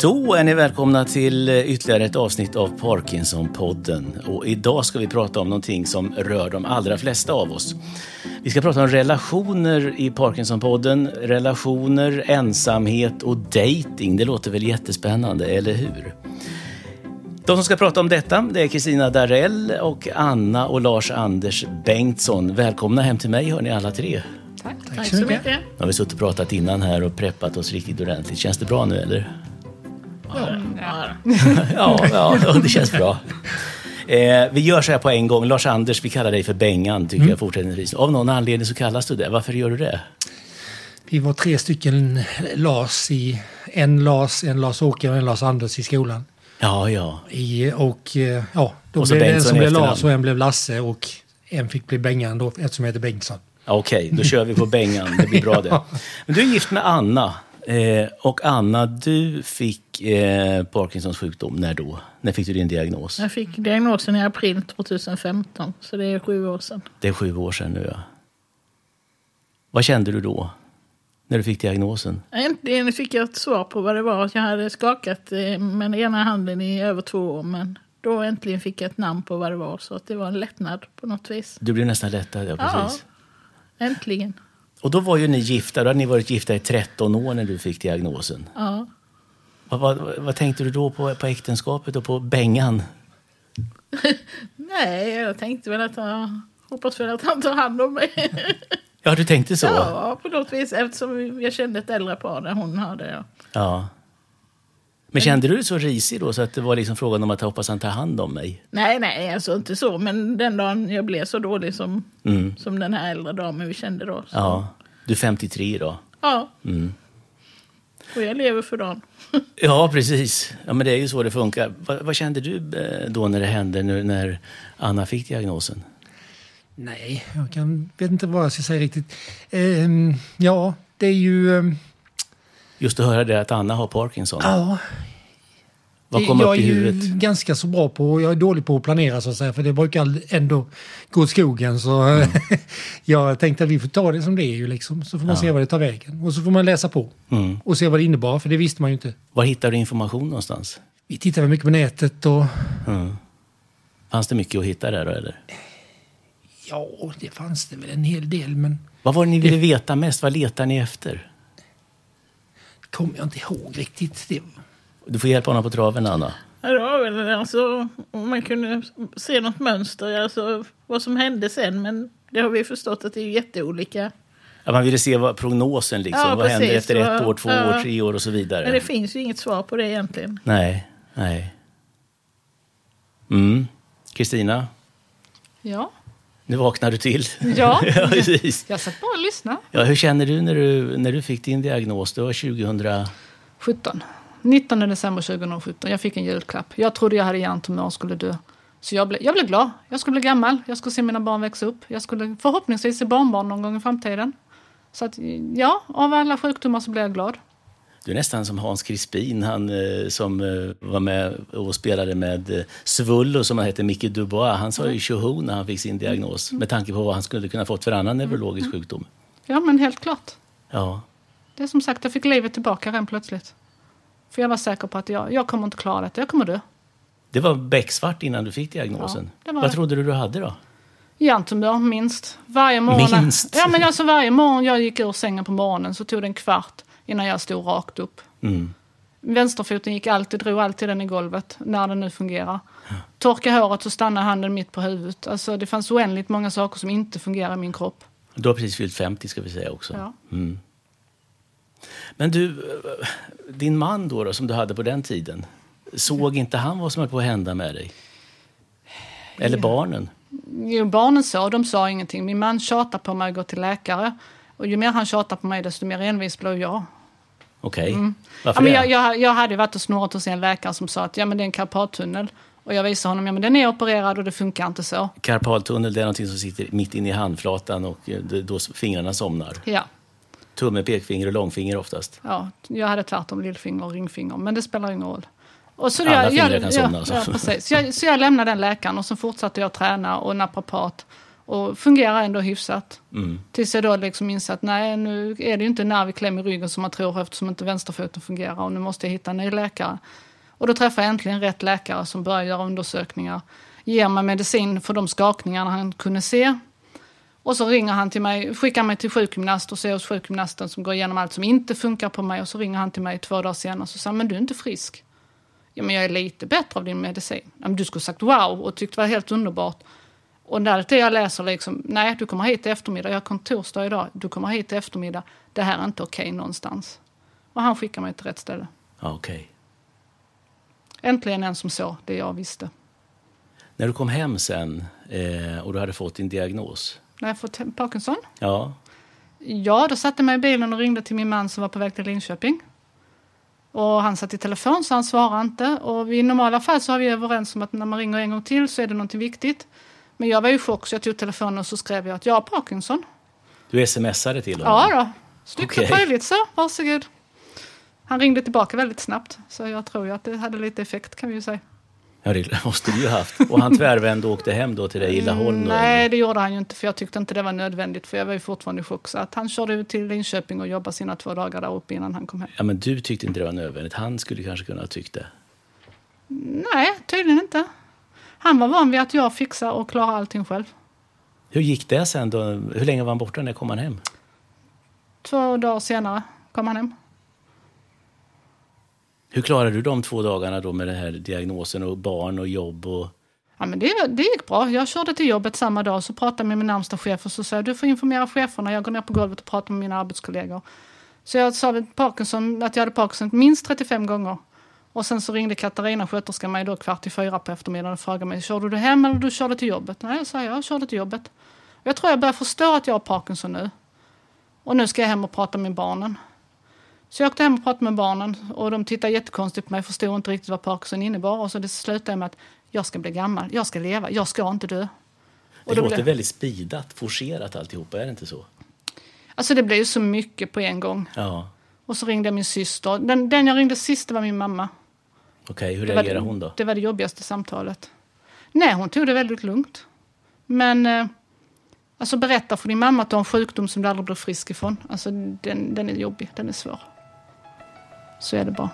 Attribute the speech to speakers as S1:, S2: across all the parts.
S1: Då är ni välkomna till eh, ytterligare ett avsnitt av Parkinson-podden. Och idag ska vi prata om någonting som rör de allra flesta av oss. Vi ska prata om relationer i Parkinson-podden. Relationer, ensamhet och dating. Det låter väl jättespännande, eller hur? De som ska prata om detta det är Kristina Darell och Anna och Lars-Anders Bengtsson. Välkomna hem till mig hörni alla tre.
S2: Tack, Tack så mycket.
S1: Nu har vi suttit och pratat innan här och preppat oss riktigt ordentligt. Känns det bra nu eller?
S2: Ja.
S1: Ja, ja det känns bra. Eh, vi gör så här på en gång. Lars-Anders, vi kallar dig för Bengan tycker jag fortsättningsvis. Av någon anledning så kallas du det. Varför gör du det?
S3: Vi var tre stycken LAS i, en LAS, en Lars-Åke och en Lars-Anders i skolan.
S1: Ja, ja.
S3: I, och eh, ja, då
S1: Och så
S3: blev det en
S1: Bengtsson
S3: som
S1: i
S3: blev
S1: efternamn.
S3: Lars och en blev Lasse och en fick bli Bengan då eftersom jag heter Bengtsson.
S1: Okej, då kör vi på Bengan. Det blir bra det. Men du är gift med Anna. Eh, och Anna, du fick eh, Parkinsons sjukdom. När då? När fick du din diagnos?
S2: Jag fick diagnosen i april 2015, så det är sju år sedan.
S1: Det är sju år sedan nu. Ja. Vad kände du då? När du fick diagnosen?
S2: Äntligen fick jag ett svar på vad det var. Jag hade skakat eh, med ena handen i över två år, men då äntligen fick jag ett namn på vad det var, så att det var en lättnad på något vis.
S1: Du blev nästan lättad, ja precis.
S2: Äntligen.
S1: Och då var ju ni gifta, då hade ni varit gifta i 13 år när du fick diagnosen.
S2: Ja.
S1: Vad, vad, vad tänkte du då på, på äktenskapet och på Bengan?
S2: Nej, jag tänkte väl att han... Hoppas väl att han tar hand om mig.
S1: Ja, du tänkte så?
S2: Ja, på något vis. Eftersom jag kände ett äldre par där hon hade. Ja.
S1: Ja. Men kände du dig så risig då så att det var liksom frågan om att hoppas han tar hand om mig?
S2: Nej, nej, alltså inte så. Men den dagen jag blev så dålig som,
S1: Mm.
S2: som den här äldre damen vi kände då. Så.
S1: Ja. Du är 53 idag.
S2: Ja. Och jag lever för dagen.
S1: Ja, precis. Ja, men det är ju så det funkar. Vad, vad kände du eh, då när det hände, nu, när Anna fick diagnosen?
S3: Nej, jag kan, vet inte vad jag ska säga riktigt. Ehm, ja, det är ju... ehm,
S1: Just att höra det att Anna har Parkinson.
S3: ja,
S1: vad kom
S3: jag
S1: upp i
S3: är ju
S1: huvudet?
S3: ganska så bra på, jag är dålig på att planera så att säga, för det brukar ald- ändå gå åt skogen. Så
S1: Mm.
S3: jag tänkte att vi får ta det som det är ju liksom, så får man se vad det tar vägen. Och så får man läsa på
S1: Mm.
S3: och se vad det innebar, för det visste man ju inte.
S1: Var hittade du information någonstans?
S3: Vi tittade mycket på nätet och
S1: Mm. Fanns det mycket att hitta där då, eller?
S3: ja, det fanns det väl en hel del, men
S1: Vad var det ni ville
S2: Eh.
S1: veta mest? Vad letar ni efter?
S3: kommer jag inte ihåg riktigt. Det,
S1: Du får hjälpa honom på traven, Anna.
S2: Ja, Det var väl alltså, om man kunde se något mönster, alltså vad som hände sen. Men det har vi förstått att det är jätteolika.
S1: Ja, man ville se vad, prognosen, liksom.
S2: Ja,
S1: vad händer
S2: precis.
S1: efter ett år, två
S2: Ja.
S1: år, tre år och så vidare.
S2: Men det finns ju inget svar på det egentligen.
S1: Nej, nej. Mm. Kristina,
S4: Ja,
S1: nu vaknar du till.
S4: Ja.
S1: precis.
S4: jag satt bara och lyssnade.
S1: Ja, hur känner du när, du när du fick din diagnos? Det var 2000...
S4: 17. 19 december 2017. Jag fick en julklapp. Jag trodde jag hade hjärntumör och skulle dö. Så jag blev, jag blev glad. Jag skulle bli gammal. Jag skulle se mina barn växa upp. Jag skulle förhoppningsvis se barnbarn någon gång i framtiden. Så att, ja, av alla sjukdomar så blev jag glad.
S1: Du är nästan som Hans Crispin, han eh, som eh, var med och spelade med eh, Svullo, som han hette, Micke Dubois. Han sa ju tjoho när han fick sin diagnos,
S4: Mm.
S1: med tanke på vad han skulle kunna fått för annan neurologisk sjukdom.
S4: Ja, men helt klart.
S1: Ja.
S4: Det är som sagt, jag fick livet tillbaka rent plötsligt. För jag var säker på att jag, jag kommer inte klara detta. Jag kommer dö.
S1: Det var becksvart innan du fick diagnosen.
S4: Ja, det var
S1: vad
S4: det.
S1: trodde du du hade då?
S4: Hjärntumör, minst. Varje morgon,
S1: Minst?
S4: Ja, men alltså varje morgon jag gick ur sängen på morgonen så tog det en kvart innan jag stod rakt upp.
S1: Mm.
S4: Vänsterfoten gick alltid, drog alltid den i golvet, när den nu fungerar. Torka håret så stannar handen mitt på huvudet. Alltså, det fanns oändligt många saker som inte fungerar i min kropp.
S1: Du har precis fyllt 50 ska vi säga också.
S4: Ja.
S1: Mm. Men du, eh, din man då, då, som du hade på den tiden, såg
S4: Mm.
S1: inte han vad som höll på att hända med dig? Eller barnen?
S4: Jo, barnen sa, de sa ingenting. Min man tjatar på mig att gå till läkare. Och ju mer han tjatar på mig, desto mer envis blev jag.
S1: Okej.
S4: Mm. Ja,
S1: Varför
S4: men
S1: det?
S4: jag, jag, jag hade varit och snurrat hos en läkare som sa att ja, men det är en karpattunnel. Och jag visade honom, ja men den är opererad och det funkar inte så.
S1: Karpaltunnel det är någonting som sitter mitt inne i handflatan och eh, det- då fingrarna somnar.
S4: Ja,
S1: Tumme, pekfinger och långfinger oftast.
S4: ja jag hade tvärtom lillfinger och ringfinger, men det spelar ingen roll. Och så
S1: Alla
S4: jag,
S1: fingrar
S4: jag,
S1: kan
S4: ja,
S1: somna, alltså.
S4: Ja, precis. Så jag, så jag lämnade den läkaren och så fortsatte jag träna och naprapat. Och fungerar ändå hyfsat.
S1: Mm.
S4: Tills jag då liksom inser att nej, nu är det ju inte nerv i kläm i ryggen som man tror eftersom inte vänsterfoten fungerar och nu måste jag hitta en ny läkare. Och då träffar jag äntligen rätt läkare som börjar göra undersökningar, ger mig medicin för de skakningarna han kunde se. Och så ringer han till mig, skickar mig till sjukgymnast och så är jag hos sjukgymnasten som går igenom allt som inte funkar på mig och så ringer han till mig två dagar senare och så säger han, men du är inte frisk. Ja, men jag är lite bättre av din medicin. Ja, men du skulle sagt wow och tyckt det var helt underbart. Och där det jag läser liksom, nej du kommer hit i eftermiddag, jag har kontorsdag idag, du kommer hit i eftermiddag, det här är inte okej någonstans. Och han skickar mig till rätt ställe.
S1: Ja, okej.
S4: Äntligen en som såg det jag visste.
S1: När du kom hem sen eh, och du hade fått din diagnos.
S4: När jag fått Parkinson?
S1: Ja,
S4: Ja, då satte jag mig i bilen och ringde till min man som var på väg till Linköping. Och han satt i telefon så han svarade inte. Och i normala fall så har vi överens om att när man ringer en gång till så är det något viktigt. Men jag var ju i chock så jag tog telefonen och så skrev jag att jag har Parkinson.
S1: du smsade till honom.
S4: Ja då, snyggt och
S1: Okej.
S4: trevligt så, varsågod. Han ringde tillbaka väldigt snabbt så jag tror ju att det hade lite effekt kan vi ju säga.
S1: Ja, det måste du ju ha haft. Och han tvärvände och åkte hem då till dig i Laholm? Då,
S4: Mm, Nej, det gjorde han ju inte för jag tyckte inte det var nödvändigt för jag var ju fortfarande i chock. Så att han körde ut till Linköping och jobbade sina två dagar där uppe innan han kom hem.
S1: Ja, men du tyckte inte det var nödvändigt. Han skulle kanske kunna ha tyckt det.
S4: Nej, tydligen inte. Han var van vid att jag fixar och klarar allting själv.
S1: Hur gick det sen då? Hur länge var han borta? När kom han hem?
S4: Två dagar senare kom han hem.
S1: Hur klarade du de två dagarna då med den här diagnosen och barn och jobb? Och...
S4: Ja, men det, det gick bra. Jag körde till jobbet samma dag och så pratade jag med min närmsta chef och så sa jag du får informera cheferna, jag går ner på golvet och pratar med mina arbetskollegor. Så jag sa vid Parkinson, att jag hade Parkinson minst 35 gånger. Och sen så ringde Katarina, sköterskan, mig då kvart i fyra på eftermiddagen och frågade mig körde du hem eller du körde till jobbet? Nej, jag sa jag körde till jobbet. Och Jag tror jag börjar förstå att jag har Parkinson nu. Och nu ska jag hem och prata med barnen. Så jag åkte hem och pratade med barnen och de tittade jättekonstigt på mig, förstod inte riktigt vad Parkinson innebar och så det slutade med att jag ska bli gammal, jag ska leva, jag ska inte dö.
S1: Det
S4: Och då
S1: låter
S4: blev-
S1: väldigt spidat, forcerat alltihopa, är det inte så?
S4: Alltså det blev ju så mycket på en gång.
S1: Ja,
S4: Och så ringde jag min syster. Den, den jag ringde sist det var min mamma.
S1: okej. Hur
S4: Det var-
S1: reagerade hon då?
S4: Det var det jobbigaste samtalet. Nej, hon tog det väldigt lugnt. Men eh, alltså berätta för din mamma att du har en sjukdom som du aldrig blir frisk ifrån. Alltså den, den är jobbig, den är svår. Så är det bara.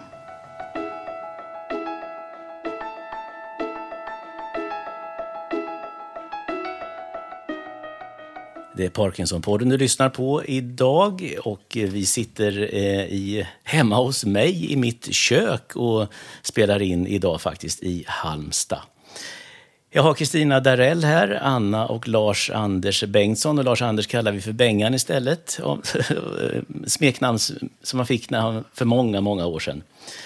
S1: Det är Parkinson-podden du lyssnar på idag och vi sitter eh, i, hemma hos mig i mitt kök och spelar in idag faktiskt i Halmstad. Jag har Kristina Darell här, Anna och Lars-Anders Bengtsson. Och Lars-Anders kallar vi för Bengan istället. Ja, Smeknamn som han fick när han, för många, många år sedan.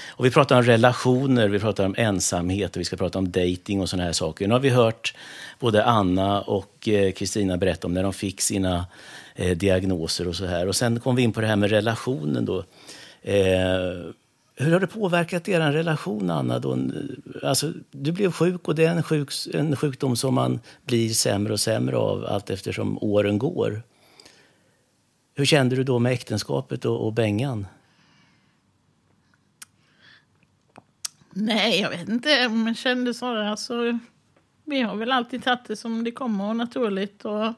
S1: Och vi pratar om relationer, vi pratar om ensamhet och vi ska prata om dating och såna här saker. Nu har vi hört både Anna och eh, Kristina berätta om när de fick sina eh, diagnoser och så här. Och sen kom vi in på det här med relationen då. Eh, hur har det påverkat er relation, Anna? Då? Alltså, du blev sjuk och det är en, sjuk, en sjukdom som man blir sämre och sämre av allt eftersom åren går. Hur kände du då med äktenskapet och, och Bengan?
S2: Nej, jag vet inte. Men kände sådär, alltså, vi har väl alltid tagit det som det kommer och naturligt. Och,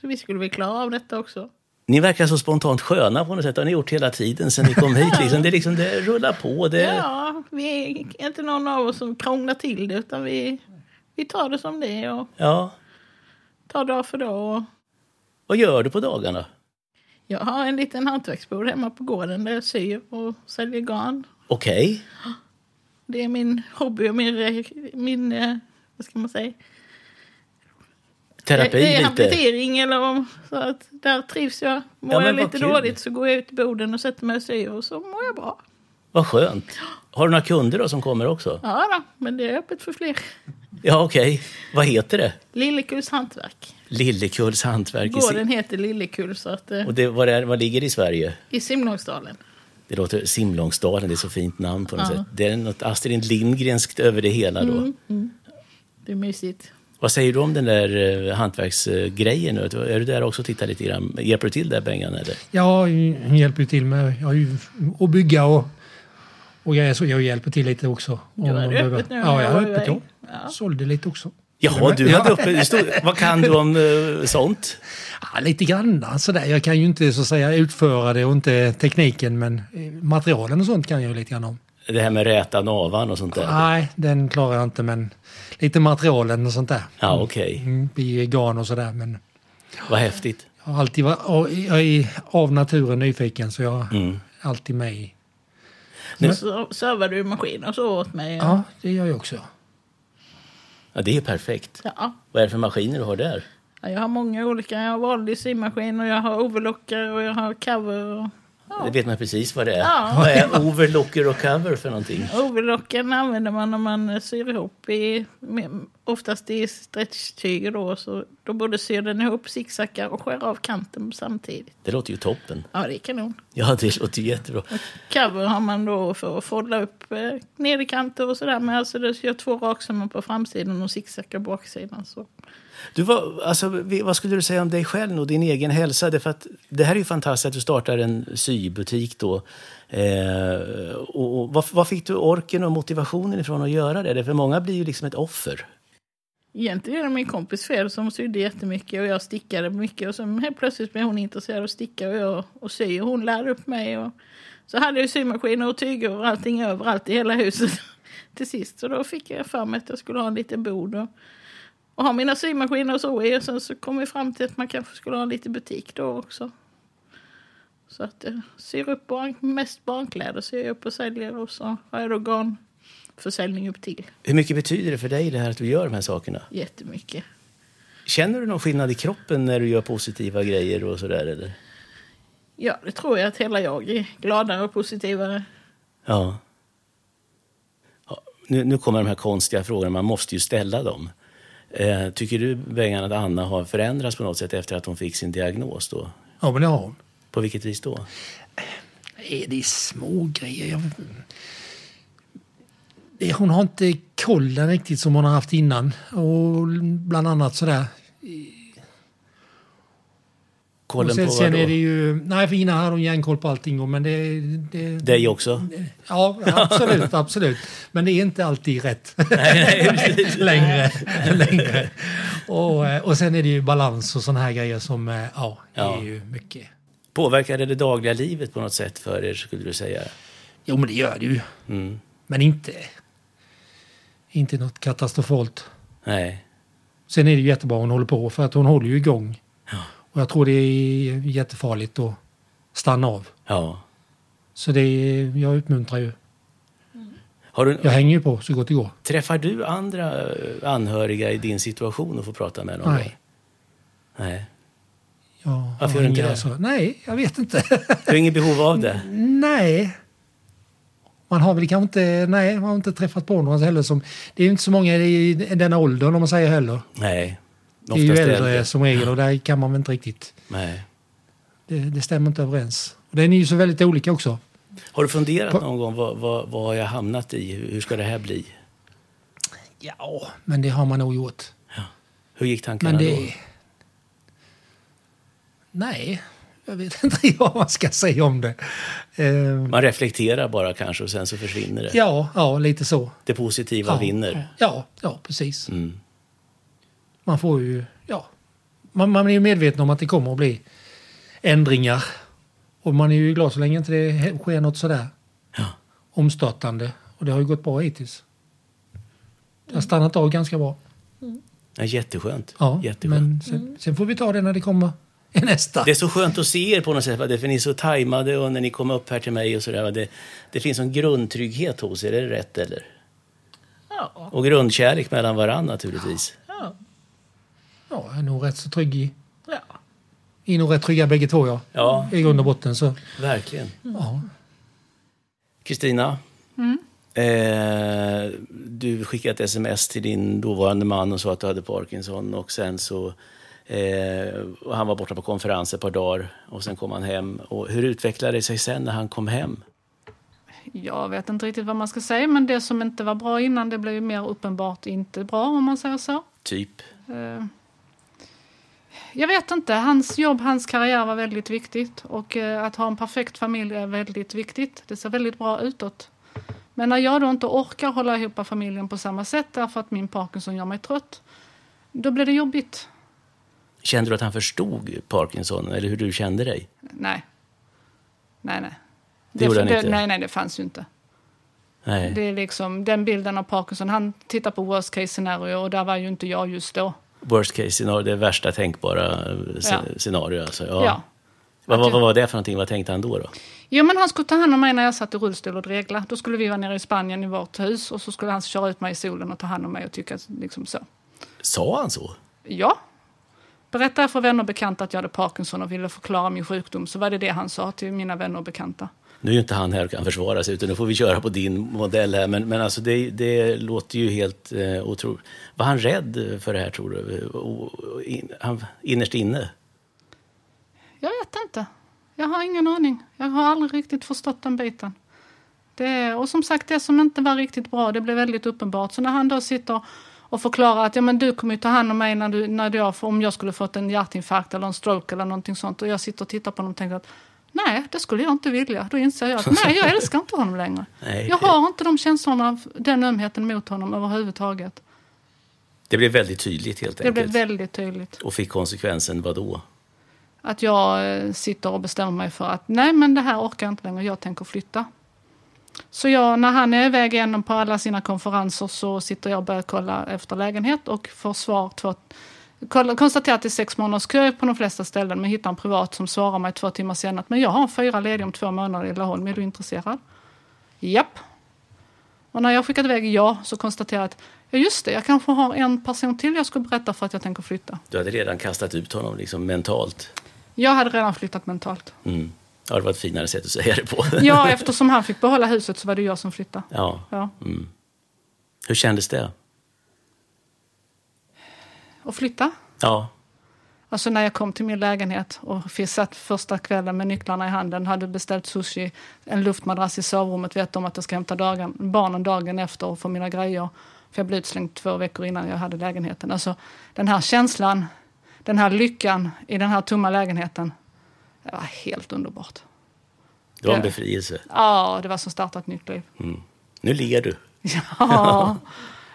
S2: så vi skulle väl klara av detta också.
S1: Ni verkar så spontant sköna på något sätt. Det har ni gjort hela tiden sen ni kom hit. Liksom. Det, är liksom, det rullar på. Det...
S2: Ja, vi är inte någon av oss som krånglar till det utan vi, vi tar det som det är och
S1: Ja.
S2: tar dag för dag. Och
S1: Vad gör du på dagarna?
S2: jag har en liten hantverksbod hemma på gården där jag syr och säljer garn.
S1: Okej.
S2: Det är min hobby och min, re- min eh, vad ska man säga,
S1: Terapi
S2: Eh,
S1: lite.
S2: Rehabilitering eller vad så att där trivs jag. Mår
S1: Ja, men
S2: jag
S1: vad
S2: lite
S1: kul.
S2: dåligt så går jag ut i boden och sätter mig och syr och så mår jag bra.
S1: Vad skönt. Har du några kunder då som kommer också?
S2: Ja då, men det är öppet för fler.
S1: Ja, okej. Vad heter det?
S2: Lillekulls hantverk.
S1: Lillekulls hantverk. i Sim-
S2: Gården heter Lillekull så att, eh,
S1: Och det, vad, det är, vad ligger i Sverige?
S2: i Simlångsdalen.
S1: Det låter Simlångsdalen, det är så fint namn på något sätt. Det är något Astrid Lindgrenskt över det hela då.
S2: Det är mysigt.
S1: Vad säger du om den där uh, hantverksgrejen nu? Är du där också och tittar lite grann? Hjälper du till där Bengan eller?
S3: Jag hjälper ju till med jag har ju, att bygga och, och jag, är så, jag hjälper till lite också.
S2: Du
S3: Om
S2: är
S3: man
S2: öppet
S3: behöver.
S2: nu,
S3: Ja, jag
S2: jag
S3: är
S2: var
S3: öppet. Ja.
S2: iväg. Ja.
S3: Sålde lite också.
S1: Jaha, du hade uppe... det Stod, vad kan du om eh, sånt?
S3: Ja, lite grann sådär. Jag kan ju inte så att säga utföra det och inte tekniken men eh, materialen och sånt kan jag ju lite grann om.
S1: Det här med räta navan och sånt där?
S3: Nej, den klarar jag inte men lite materialen och sånt där.
S1: Ja, okej.
S3: Mm, vegan och sådär men
S1: Vad häftigt.
S3: jag har alltid varit, och jag är av naturen nyfiken så jag är
S1: Mm.
S3: alltid med i...
S1: Nu-
S2: Så servar du maskin och så åt mig.
S3: Ja, det gör jag också.
S1: Ja, det är perfekt.
S2: Ja.
S1: Vad är det för maskiner du har där?
S2: Ja, Jag har många olika. Jag har vanlig simmaskin och jag har overlocker och jag har cover. Och...
S1: Det vet man precis vad det är.
S2: Ja.
S1: Vad är overlocker och cover för någonting?
S2: Overlocken använder man när man eh, syr ihop i, med- oftast i stretchtyger då. Så då både syr den ihop zigzaggar och skär av kanten samtidigt.
S1: Det låter ju toppen.
S2: Ja, det är kanon.
S1: Ja, det låter ju jättebra.
S2: Cover har man då för att folla upp eh, nederkanter och sådär. Men alltså det gör två raksömmar på framsidan och zigzaggar på baksidan. Så.
S1: Du var, alltså, vi- vad skulle du säga om dig själv och din egen hälsa? Det, för att, det här är ju fantastiskt att du startar en sybutik då. Eh, och, och, vad, vad fick du orken och motivationen ifrån att göra det? För många blir ju liksom ett offer.
S2: Egentligen är det min kompis fel som sydde jättemycket och jag stickade mycket. Och sen helt plötsligt blev hon intresserad av att sticka och, jag, och sy. Och hon lärde upp mig. Och så hade jag ju symaskiner och tyger och allting överallt i hela huset. Till sist så då fick jag för mig att jag skulle ha en liten bod. Och, och ha mina symaskiner och så i. Och sen så kom vi fram till att man kanske skulle ha en liten butik då också. Så att jag syr upp barn, mest barnkläder syr jag upp och säljer. Och så har jag då garnförsäljning upp till.
S1: Hur mycket betyder det för dig det här att du gör de här sakerna?
S2: Jättemycket.
S1: Känner du någon skillnad i kroppen när du gör positiva grejer och sådär? Eller?
S2: Ja, det tror jag att hela jag är. Gladare och positivare.
S1: Ja. Ja, Nu, nu kommer de här konstiga frågorna, man måste ju ställa dem. Eh, tycker du, Bengan, att Anna har förändrats på något sätt efter att hon fick sin diagnos då?
S3: Ja, men det har hon.
S1: På vilket vis då?
S3: Är det små grejer? Jag... Det- Hon har inte kollen riktigt som hon har haft innan. Och bland annat sådär. Och
S1: Kollen
S3: sen,
S1: på
S3: sen
S1: vadå?
S3: är det ju... Nej, för innan hade hon järnkoll på allting. och- Men det, det,
S1: Dig också?
S3: Ja, absolut, absolut. Men det är inte alltid rätt. längre. längre. Och, eh, och sen är det ju balans och sådana här grejer som... eh, Ja, det
S1: Ja.
S3: är ju mycket.
S1: Påverkar det det dagliga livet på något sätt för er, skulle du säga?
S3: Jo, men det gör det ju.
S1: Mm.
S3: Men inte... Inte något katastrofalt.
S1: Nej.
S3: Sen är det ju jättebra hon håller på för att hon håller ju igång.
S1: Ja.
S3: Och jag tror det är jättefarligt att stanna av.
S1: Ja.
S3: Så det är, jag uppmuntrar ju.
S1: Har du,
S3: Jag hänger ju på så gott det går.
S1: Träffar du andra eh, anhöriga i din situation och får prata med dem?
S3: Nej.
S1: Nej.
S3: Jag,
S1: Varför
S3: jag
S1: gör du inte
S3: hänger
S1: det?
S3: alltså. Nej, jag vet inte.
S1: Du har inget behov av det?
S3: Mm. nej. Man har väl kanske inte, nej, man har inte träffat på någon heller som, det är ju inte så många i denna åldern om man säger heller.
S1: Nej.
S3: Det är ju äldre, som regel och där kan man väl inte riktigt,
S1: Nej.
S3: det, det stämmer inte överens. Och den är ju så väldigt olika också.
S1: Har du funderat någon gång vad, vad, vad har jag hamnat i? Hur hur ska det här bli?
S3: Ja, men det har man nog gjort.
S1: Hur gick tankarna
S3: Men
S1: då?
S3: det... Nej, jag vet inte vad man ska säga om det. Eh,
S1: Man reflekterar bara kanske och sen så försvinner det.
S3: ja, ja, lite så.
S1: Det positiva
S3: Ja,
S1: vinner.
S3: Ja, ja precis.
S1: Mm.
S3: Man får ju... Ja. Man, man är ju medveten om att det kommer att bli ändringar. Och man är ju glad så länge inte det he- sker något sådär
S1: Ja.
S3: omstörtande. Och det har ju gått bra hittills. Det har stannat av ganska bra.
S1: Ja, jätteskönt.
S3: Ja,
S1: jätteskönt.
S3: men sen, sen får vi ta det när det kommer i nästa.
S1: Det är så skönt att se er på något sätt, va? Det är för ni är så tajmade och när ni kom upp här till mig och sådär. va? Det, det finns en grundtrygghet hos er, är det rätt eller?
S2: Ja.
S1: Och grundkärlek mellan varandra naturligtvis.
S2: Ja.
S3: Ja, jag är nog rätt så trygg i...
S2: ja.
S3: är nog rätt trygga bägge två, ja.
S1: Ja,
S3: I grund och botten så...
S1: verkligen.
S3: Ja.
S1: Kristina, eh, du skickade ett sms till din dåvarande man och sa att du hade Parkinson och sen så eh, och han var borta på konferens ett par dagar och sen kom han hem. Och hur utvecklade det sig sen när han kom hem?
S4: Jag vet inte riktigt vad man ska säga, men det som inte var bra innan det blev ju mer uppenbart inte bra om man säger så.
S1: Typ.
S4: Eh, Jag vet inte. Hans jobb, hans karriär var väldigt viktigt. Och eh, att ha en perfekt familj är väldigt viktigt. Det ser väldigt bra utåt. Men när jag då inte orkar hålla ihop familjen på samma sätt därför att min Parkinson gör mig trött, då blir det jobbigt.
S1: Kände du att han förstod Parkinson eller hur du kände dig?
S4: Nej. Nej, nej.
S1: Det gjorde han inte?
S4: Nej, nej, det fanns ju inte.
S1: Nej.
S4: Det är liksom den bilden av Parkinson. Han tittar på worst case scenario och där var ju inte jag just då.
S1: Worst case scenario, det värsta tänkbara eh, sce-
S4: Ja.
S1: scenario. Alltså. Ja.
S4: Ja.
S1: Vad, vad, vad var det för någonting? Vad tänkte han då? då?
S4: Jo, men han skulle ta hand om mig när jag satt i rullstol och dreglade. Då skulle vi vara nere i Spanien i vårt hus och så skulle han köra ut mig i solen och ta hand om mig och tycka liksom så.
S1: Sa han så?
S4: Ja. Berättade jag för vänner och bekanta att jag hade Parkinson och ville förklara min sjukdom så var det det han sa till mina vänner och bekanta.
S1: Nu är ju inte han här och kan försvara sig, utan nu får vi köra på din modell här. Men, men alltså det, det låter ju helt eh, otroligt. Var han rädd för det här, tror du? O- o- in, han, innerst inne?
S4: Jag vet inte. Jag har ingen aning. Jag har aldrig riktigt förstått den biten. Det, och som sagt, det som inte var riktigt bra, det blev väldigt uppenbart. Så när han då sitter och förklarar att ja, men du kommer ju ta hand om mig när du, när jag, om jag skulle fått en hjärtinfarkt eller en stroke eller någonting sånt. Och jag sitter och tittar på honom och tänker att nej, det skulle jag inte vilja. Då inser jag att nej, jag älskar inte honom längre.
S1: Nej,
S4: Jag
S1: det-
S4: har inte de känslorna, den ömheten mot honom överhuvudtaget.
S1: Det blev väldigt tydligt, helt
S4: Det blev
S1: enkelt.
S4: väldigt tydligt.
S1: Och fick konsekvensen vad då?
S4: Att jag eh, sitter och bestämmer mig för att nej men det här orkar jag inte längre, jag tänker flytta. Så jag, när han är iväg igenom på alla sina konferenser så sitter jag och börjar kolla efter lägenhet och får svar. Två, kolla, konstaterar att det är sex månaders kö på de flesta ställen men hittar en privat som svarar mig två timmar senare att men jag har fyra lediga om två månader i Laholm, är du intresserad? Japp. Och när jag skickat iväg ja så konstaterar jag att ja just det, jag kanske har en person till jag ska berätta för att jag tänker flytta.
S1: Du hade redan kastat ut honom liksom, mentalt.
S4: Jag hade redan flyttat mentalt.
S1: Mm. Ja, det var ett finare sätt att säga det på.
S4: Ja, eftersom han fick behålla huset så var det jag som flyttade.
S1: ja.
S4: Ja.
S1: Mm. Hur kändes det?
S4: Och flytta?
S1: Ja,
S4: Alltså när jag kom till min lägenhet och fick- satt första kvällen med nycklarna i handen, hade beställt sushi, en luftmadrass i sovrummet, vet om att jag ska hämta dagen, barnen dagen efter och få mina grejer. För jag blev utslängd två veckor innan jag hade lägenheten. Alltså den här känslan, den här lyckan i den här tomma lägenheten. Det var helt underbart.
S1: det var en
S4: Ja.
S1: befrielse.
S4: Ja, det var som starta ett nytt liv.
S1: Mm. Nu ler du.
S4: Ja.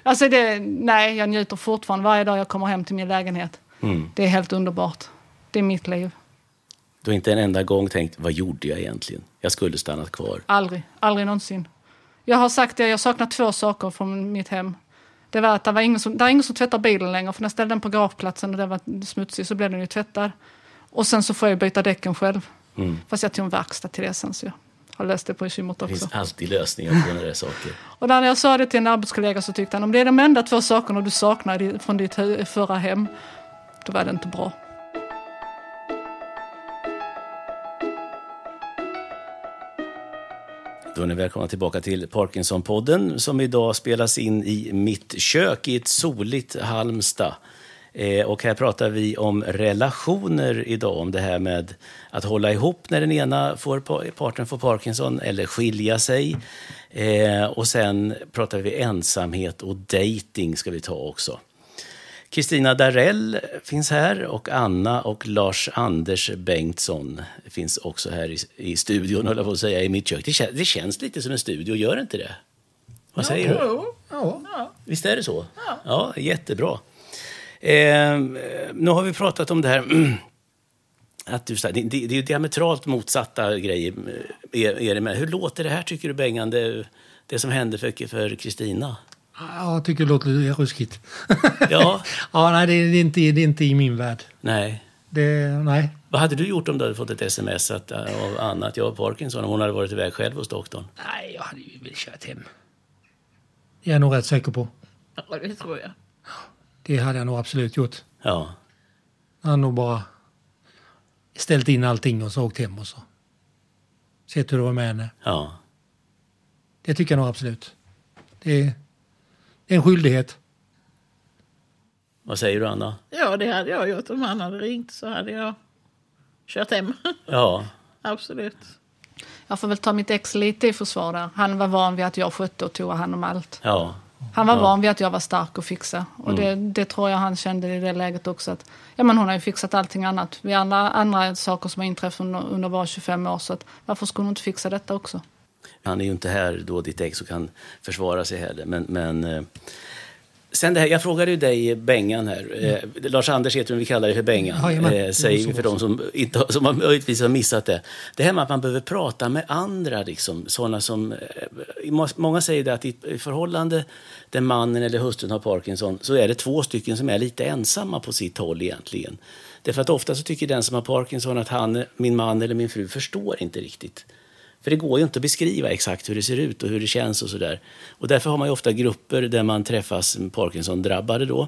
S4: Alltså det, nej, jag njuter fortfarande varje dag jag kommer hem till min lägenhet.
S1: Mm.
S4: Det är helt underbart. Det är mitt liv.
S1: Du har inte en enda gång tänkt, vad gjorde jag egentligen? Jag skulle stannat kvar.
S4: Aldrig, aldrig någonsin. Jag har sagt det, jag saknar två saker från mitt hem. Det var att det var ingen som, det är ingen som tvättar bilen längre, för när jag ställde den på garageplatsen och den var smutsig så blev den ju tvättad. Och sen så får jag byta däcken själv.
S1: Mm.
S4: Fast jag tog en verkstad till det sen så jag har löst det på bekymret
S1: Det
S4: också.
S1: finns alltid lösningar på när det är saker.
S4: Och när jag sa det till en arbetskollega så tyckte han om det är de enda två sakerna du saknar i- från ditt hu- förra hem, då var det inte bra.
S1: Då är ni välkomna tillbaka till Parkinson-podden som idag spelas in i mitt kök i ett soligt Halmstad. Eh, och här pratar vi om relationer idag, om det här med att hålla ihop när den ena får, pa- parten får Parkinson eller skilja sig. Eh, och sen pratar vi ensamhet och dating ska vi ta också. Kristina Darell finns här och Anna och Lars-Anders Bengtsson finns också här i, i studion, höll jag på att säga, i mitt kök. Det, kän, det känns lite som en studio, gör det inte det? Vad säger du?
S2: Jo,
S3: Ja.
S2: ja.
S1: Visst är det så? Ja. jättebra. Eh, nu har vi pratat om det här att du, det, det det är ju diametralt motsatta grejer. eh, Är, är det med. Hur låter det här, tycker du, Bengan, det, det som hände för- för Kristina?
S3: Ja, jag tycker det låter lite ruskigt.
S1: Ja.
S3: ja, nej, det är, inte, det är inte i min värld.
S1: Nej.
S3: Det, nej.
S1: Vad hade du gjort om du hade fått ett sms att, eh, av Anna att jag har Parkinson om hon hade varit iväg själv hos doktorn?
S3: Nej, jag hade ju väl kört hem. Det är jag nog rätt säker på.
S2: ja, det tror jag.
S3: Det hade jag nog absolut gjort.
S1: Ja.
S3: Jag hade nog bara ställt in allting och så åkt hem och så. Sett hur det var med henne.
S1: Ja.
S3: Det tycker jag nog absolut. Det är, det är en skyldighet.
S1: Vad säger du, Anna?
S2: Ja, det hade jag gjort. Om han hade ringt så hade jag kört hem.
S1: Ja.
S2: Absolut.
S4: Jag får väl ta mitt ex lite i försvar där. Han var van vid att jag skötte och tog hand om allt.
S1: Ja.
S4: Han var van vid att jag var stark och fixa. Och det, det tror jag han kände i det läget också. Att, ja, men hon har ju fixat allting annat. Vi andra, andra saker som har inträffat under, under våra 25 år. Så att, varför skulle hon inte fixa detta också?
S1: Han är ju inte här då, ditt ex, och kan försvara sig heller. Men, men, eh, sen det här, jag frågade ju dig, Bengan, här. Eh, Lars-Anders heter du, vi kallar dig för Bengan.
S3: Jajamän.
S1: eh, säger vi för de som, inte, har- som har- möjligtvis har missat det. Det här med att man behöver prata med andra, liksom, sådana som... Eh, i må- många säger det att i ett förhållande där mannen eller hustrun har Parkinson så är det två stycken som är lite ensamma på sitt håll egentligen. Därför att ofta så tycker den som har Parkinson att han, min man eller min fru förstår inte riktigt. För det går ju inte att beskriva exakt hur det ser ut och hur det känns och sådär. Och därför har man ju ofta grupper där man träffas Parkinson-drabbade då.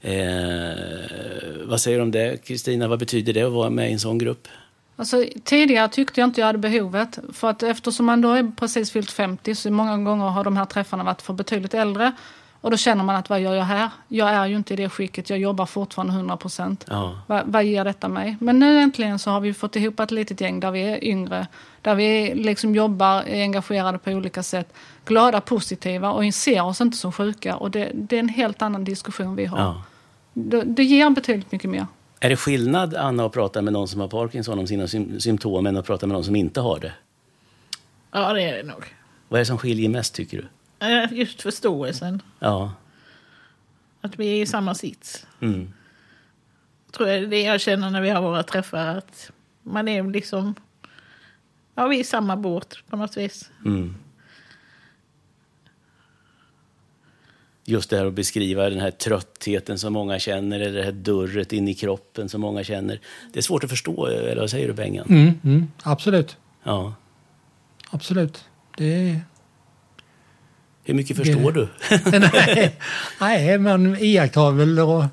S1: Eh, vad säger du om det, Kristina? Vad betyder det att vara med i en sån grupp?
S4: Alltså, tidigare tyckte jag inte jag hade behovet. För att eftersom man då är precis fyllt 50 så många gånger har de här träffarna varit för betydligt äldre. Och då känner man att vad gör jag här? Jag är ju inte i det skicket, jag jobbar fortfarande 100 procent.
S1: Ja.
S4: Va, vad ger detta mig? Men nu äntligen så har vi fått ihop ett litet gäng där vi är yngre. Där vi liksom jobbar, är engagerade på olika sätt. Glada, positiva och ser oss inte som sjuka. Och det, det är en helt annan diskussion vi har.
S1: Ja.
S4: Det, det ger betydligt mycket mer.
S1: Är det skillnad, Anna, att prata med någon som har Parkinson om sina sym- symptom än att prata med någon som inte har det?
S2: Ja, det är det nog.
S1: Vad är det som skiljer mest, tycker du?
S2: Eh, Just förståelsen.
S1: Ja.
S2: Att vi är i samma sits.
S1: Mm.
S2: Tror jag det är det jag känner när vi har våra träffar. Att man är liksom... Ja, vi är i samma båt på något vis.
S1: Mm. Just det här att beskriva den här tröttheten som många känner, eller det här durret in i kroppen som många känner. Det är svårt att förstå, eller vad säger du Bengan?
S3: Mm, mm, absolut,
S1: Ja.
S3: absolut. Det är...
S1: Hur mycket förstår du?
S3: nej, nej, man iakttar väl och...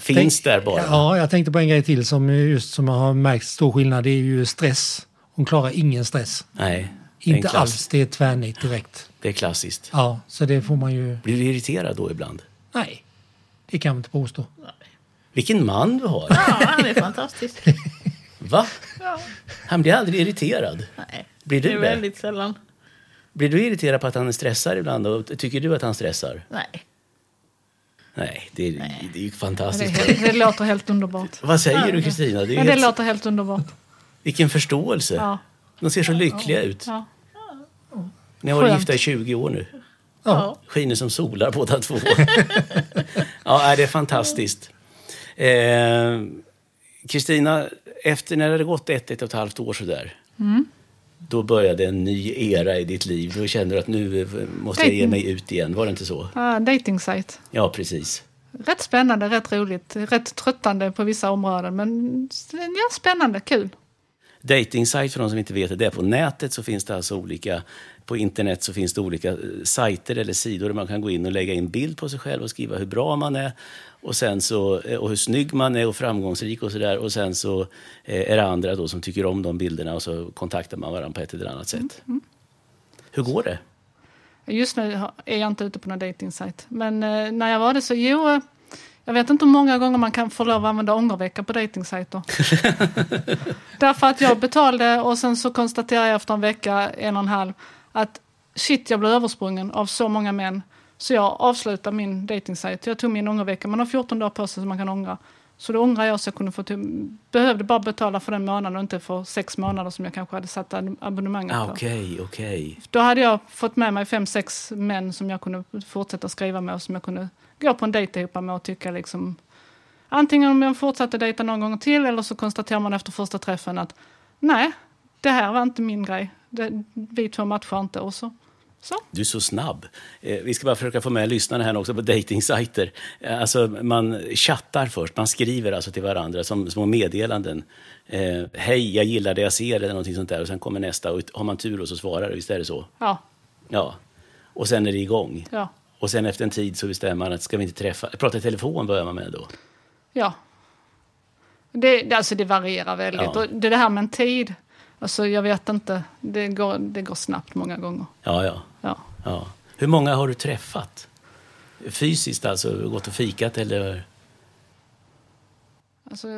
S1: Finns där bara?
S3: Ja, jag tänkte på en grej till som just som jag har märkt stor skillnad. Det är ju stress. Hon klarar ingen stress.
S1: Nej, det är en
S3: Inte
S1: klass-
S3: alls. Det är tvärnit direkt.
S1: Det är klassiskt.
S3: Ja, så det får man ju...
S1: Blir du irriterad då ibland?
S3: Nej, det kan man inte påstå.
S1: Vilken man du har!
S2: Ja, han är fantastisk.
S1: Va?
S2: Ja.
S1: Han blir aldrig irriterad.
S2: Nej,
S1: Blir du
S2: det är
S1: det?
S2: väldigt sällan.
S1: Blir du irriterad på att han stressar ibland? Och tycker du att han stressar?
S2: Nej.
S1: Nej, det är, Det är ju
S4: Det, är
S1: fantastiskt.
S4: helt, det låter helt underbart.
S1: Vad säger du Kristina? Det är
S4: Men det
S1: helt...
S4: låter helt underbart.
S1: Vilken förståelse!
S4: Ja.
S1: De ser så lyckliga ut.
S4: Ja.
S1: Ni har varit
S4: Skönt.
S1: gifta i 20 år nu.
S2: Ja.
S1: Skiner som solar båda två. ja, nej, det är fantastiskt. Eh, Kristina, efter när det hade gått ett, ett och ett halvt år sådär.
S4: Mm.
S1: Då började en ny era i ditt liv. Då kände du att nu eh, måste jag ge mig ut igen. Var det inte så?
S4: Ah, dating site.
S1: Ja, precis.
S4: Rätt spännande, rätt roligt, rätt tröttande på vissa områden. Men ja, spännande, kul.
S1: Dating-sajt, för de som inte vet det, det är på nätet så finns det alltså olika... På internet så finns det olika eh, sajter eller sidor där man kan gå in och lägga in bild på sig själv och skriva hur bra man är och, sen så, eh, och hur snygg man är och framgångsrik och sådär. Och sen så eh, är det andra då som tycker om de bilderna och så kontaktar man varandra på ett eller annat sätt. Hur går det?
S4: Just nu har- är jag inte ute på någon dating site. Men eh, när jag var det så, jo, eh, jag vet inte hur många gånger man kan få lov att använda ångervecka på dating Därför att jag betalade och sen så konstaterade jag efter en vecka, en och en halv, att shit, jag blev översprungen av så många män. Så jag avslutade min dating Jag tog min ångervecka. Man har 14 dagar på sig som man kan ångra. Så då ångrar jag så jag kunde få till, behövde bara betala för den månaden och inte för sex månader som jag kanske hade satt ab- abonnemanget
S1: Ah,
S4: på.
S1: Okej, okej.
S4: Då hade jag fått med mig fem, sex män som jag kunde fortsätta skriva med och som jag kunde gå på en dejt ihop med och tycka liksom... Antingen om jag fortsatte dejta någon gång till eller så konstaterar man efter första träffen att nej, det här var inte min grej. Det, vi två matchar inte och så. Så,
S1: Du är så snabb. Eh, vi ska bara försöka få med lyssnarna här också på dejtingsajter. Eh, alltså, man chattar först, man skriver alltså till varandra som små meddelanden. Eh, Hej, jag gillar det jag ser eller någonting sånt där. Och sen kommer nästa och har man tur och så svarar du, visst är det så?
S4: ja,
S1: Ja. Och sen är det igång.
S4: ja,
S1: Och sen efter en tid så bestämmer man att ska vi inte träffa... Prata i telefon börjar man med då.
S4: ja. Det, det- alltså det varierar väldigt.
S1: Ja.
S4: Och det, det här med en tid, alltså jag vet inte, det går, det går snabbt många gånger.
S1: Ja, ja,
S4: Ja.
S1: ja. Hur många har du träffat? Fysiskt alltså, gått och fikat eller?
S4: Alltså,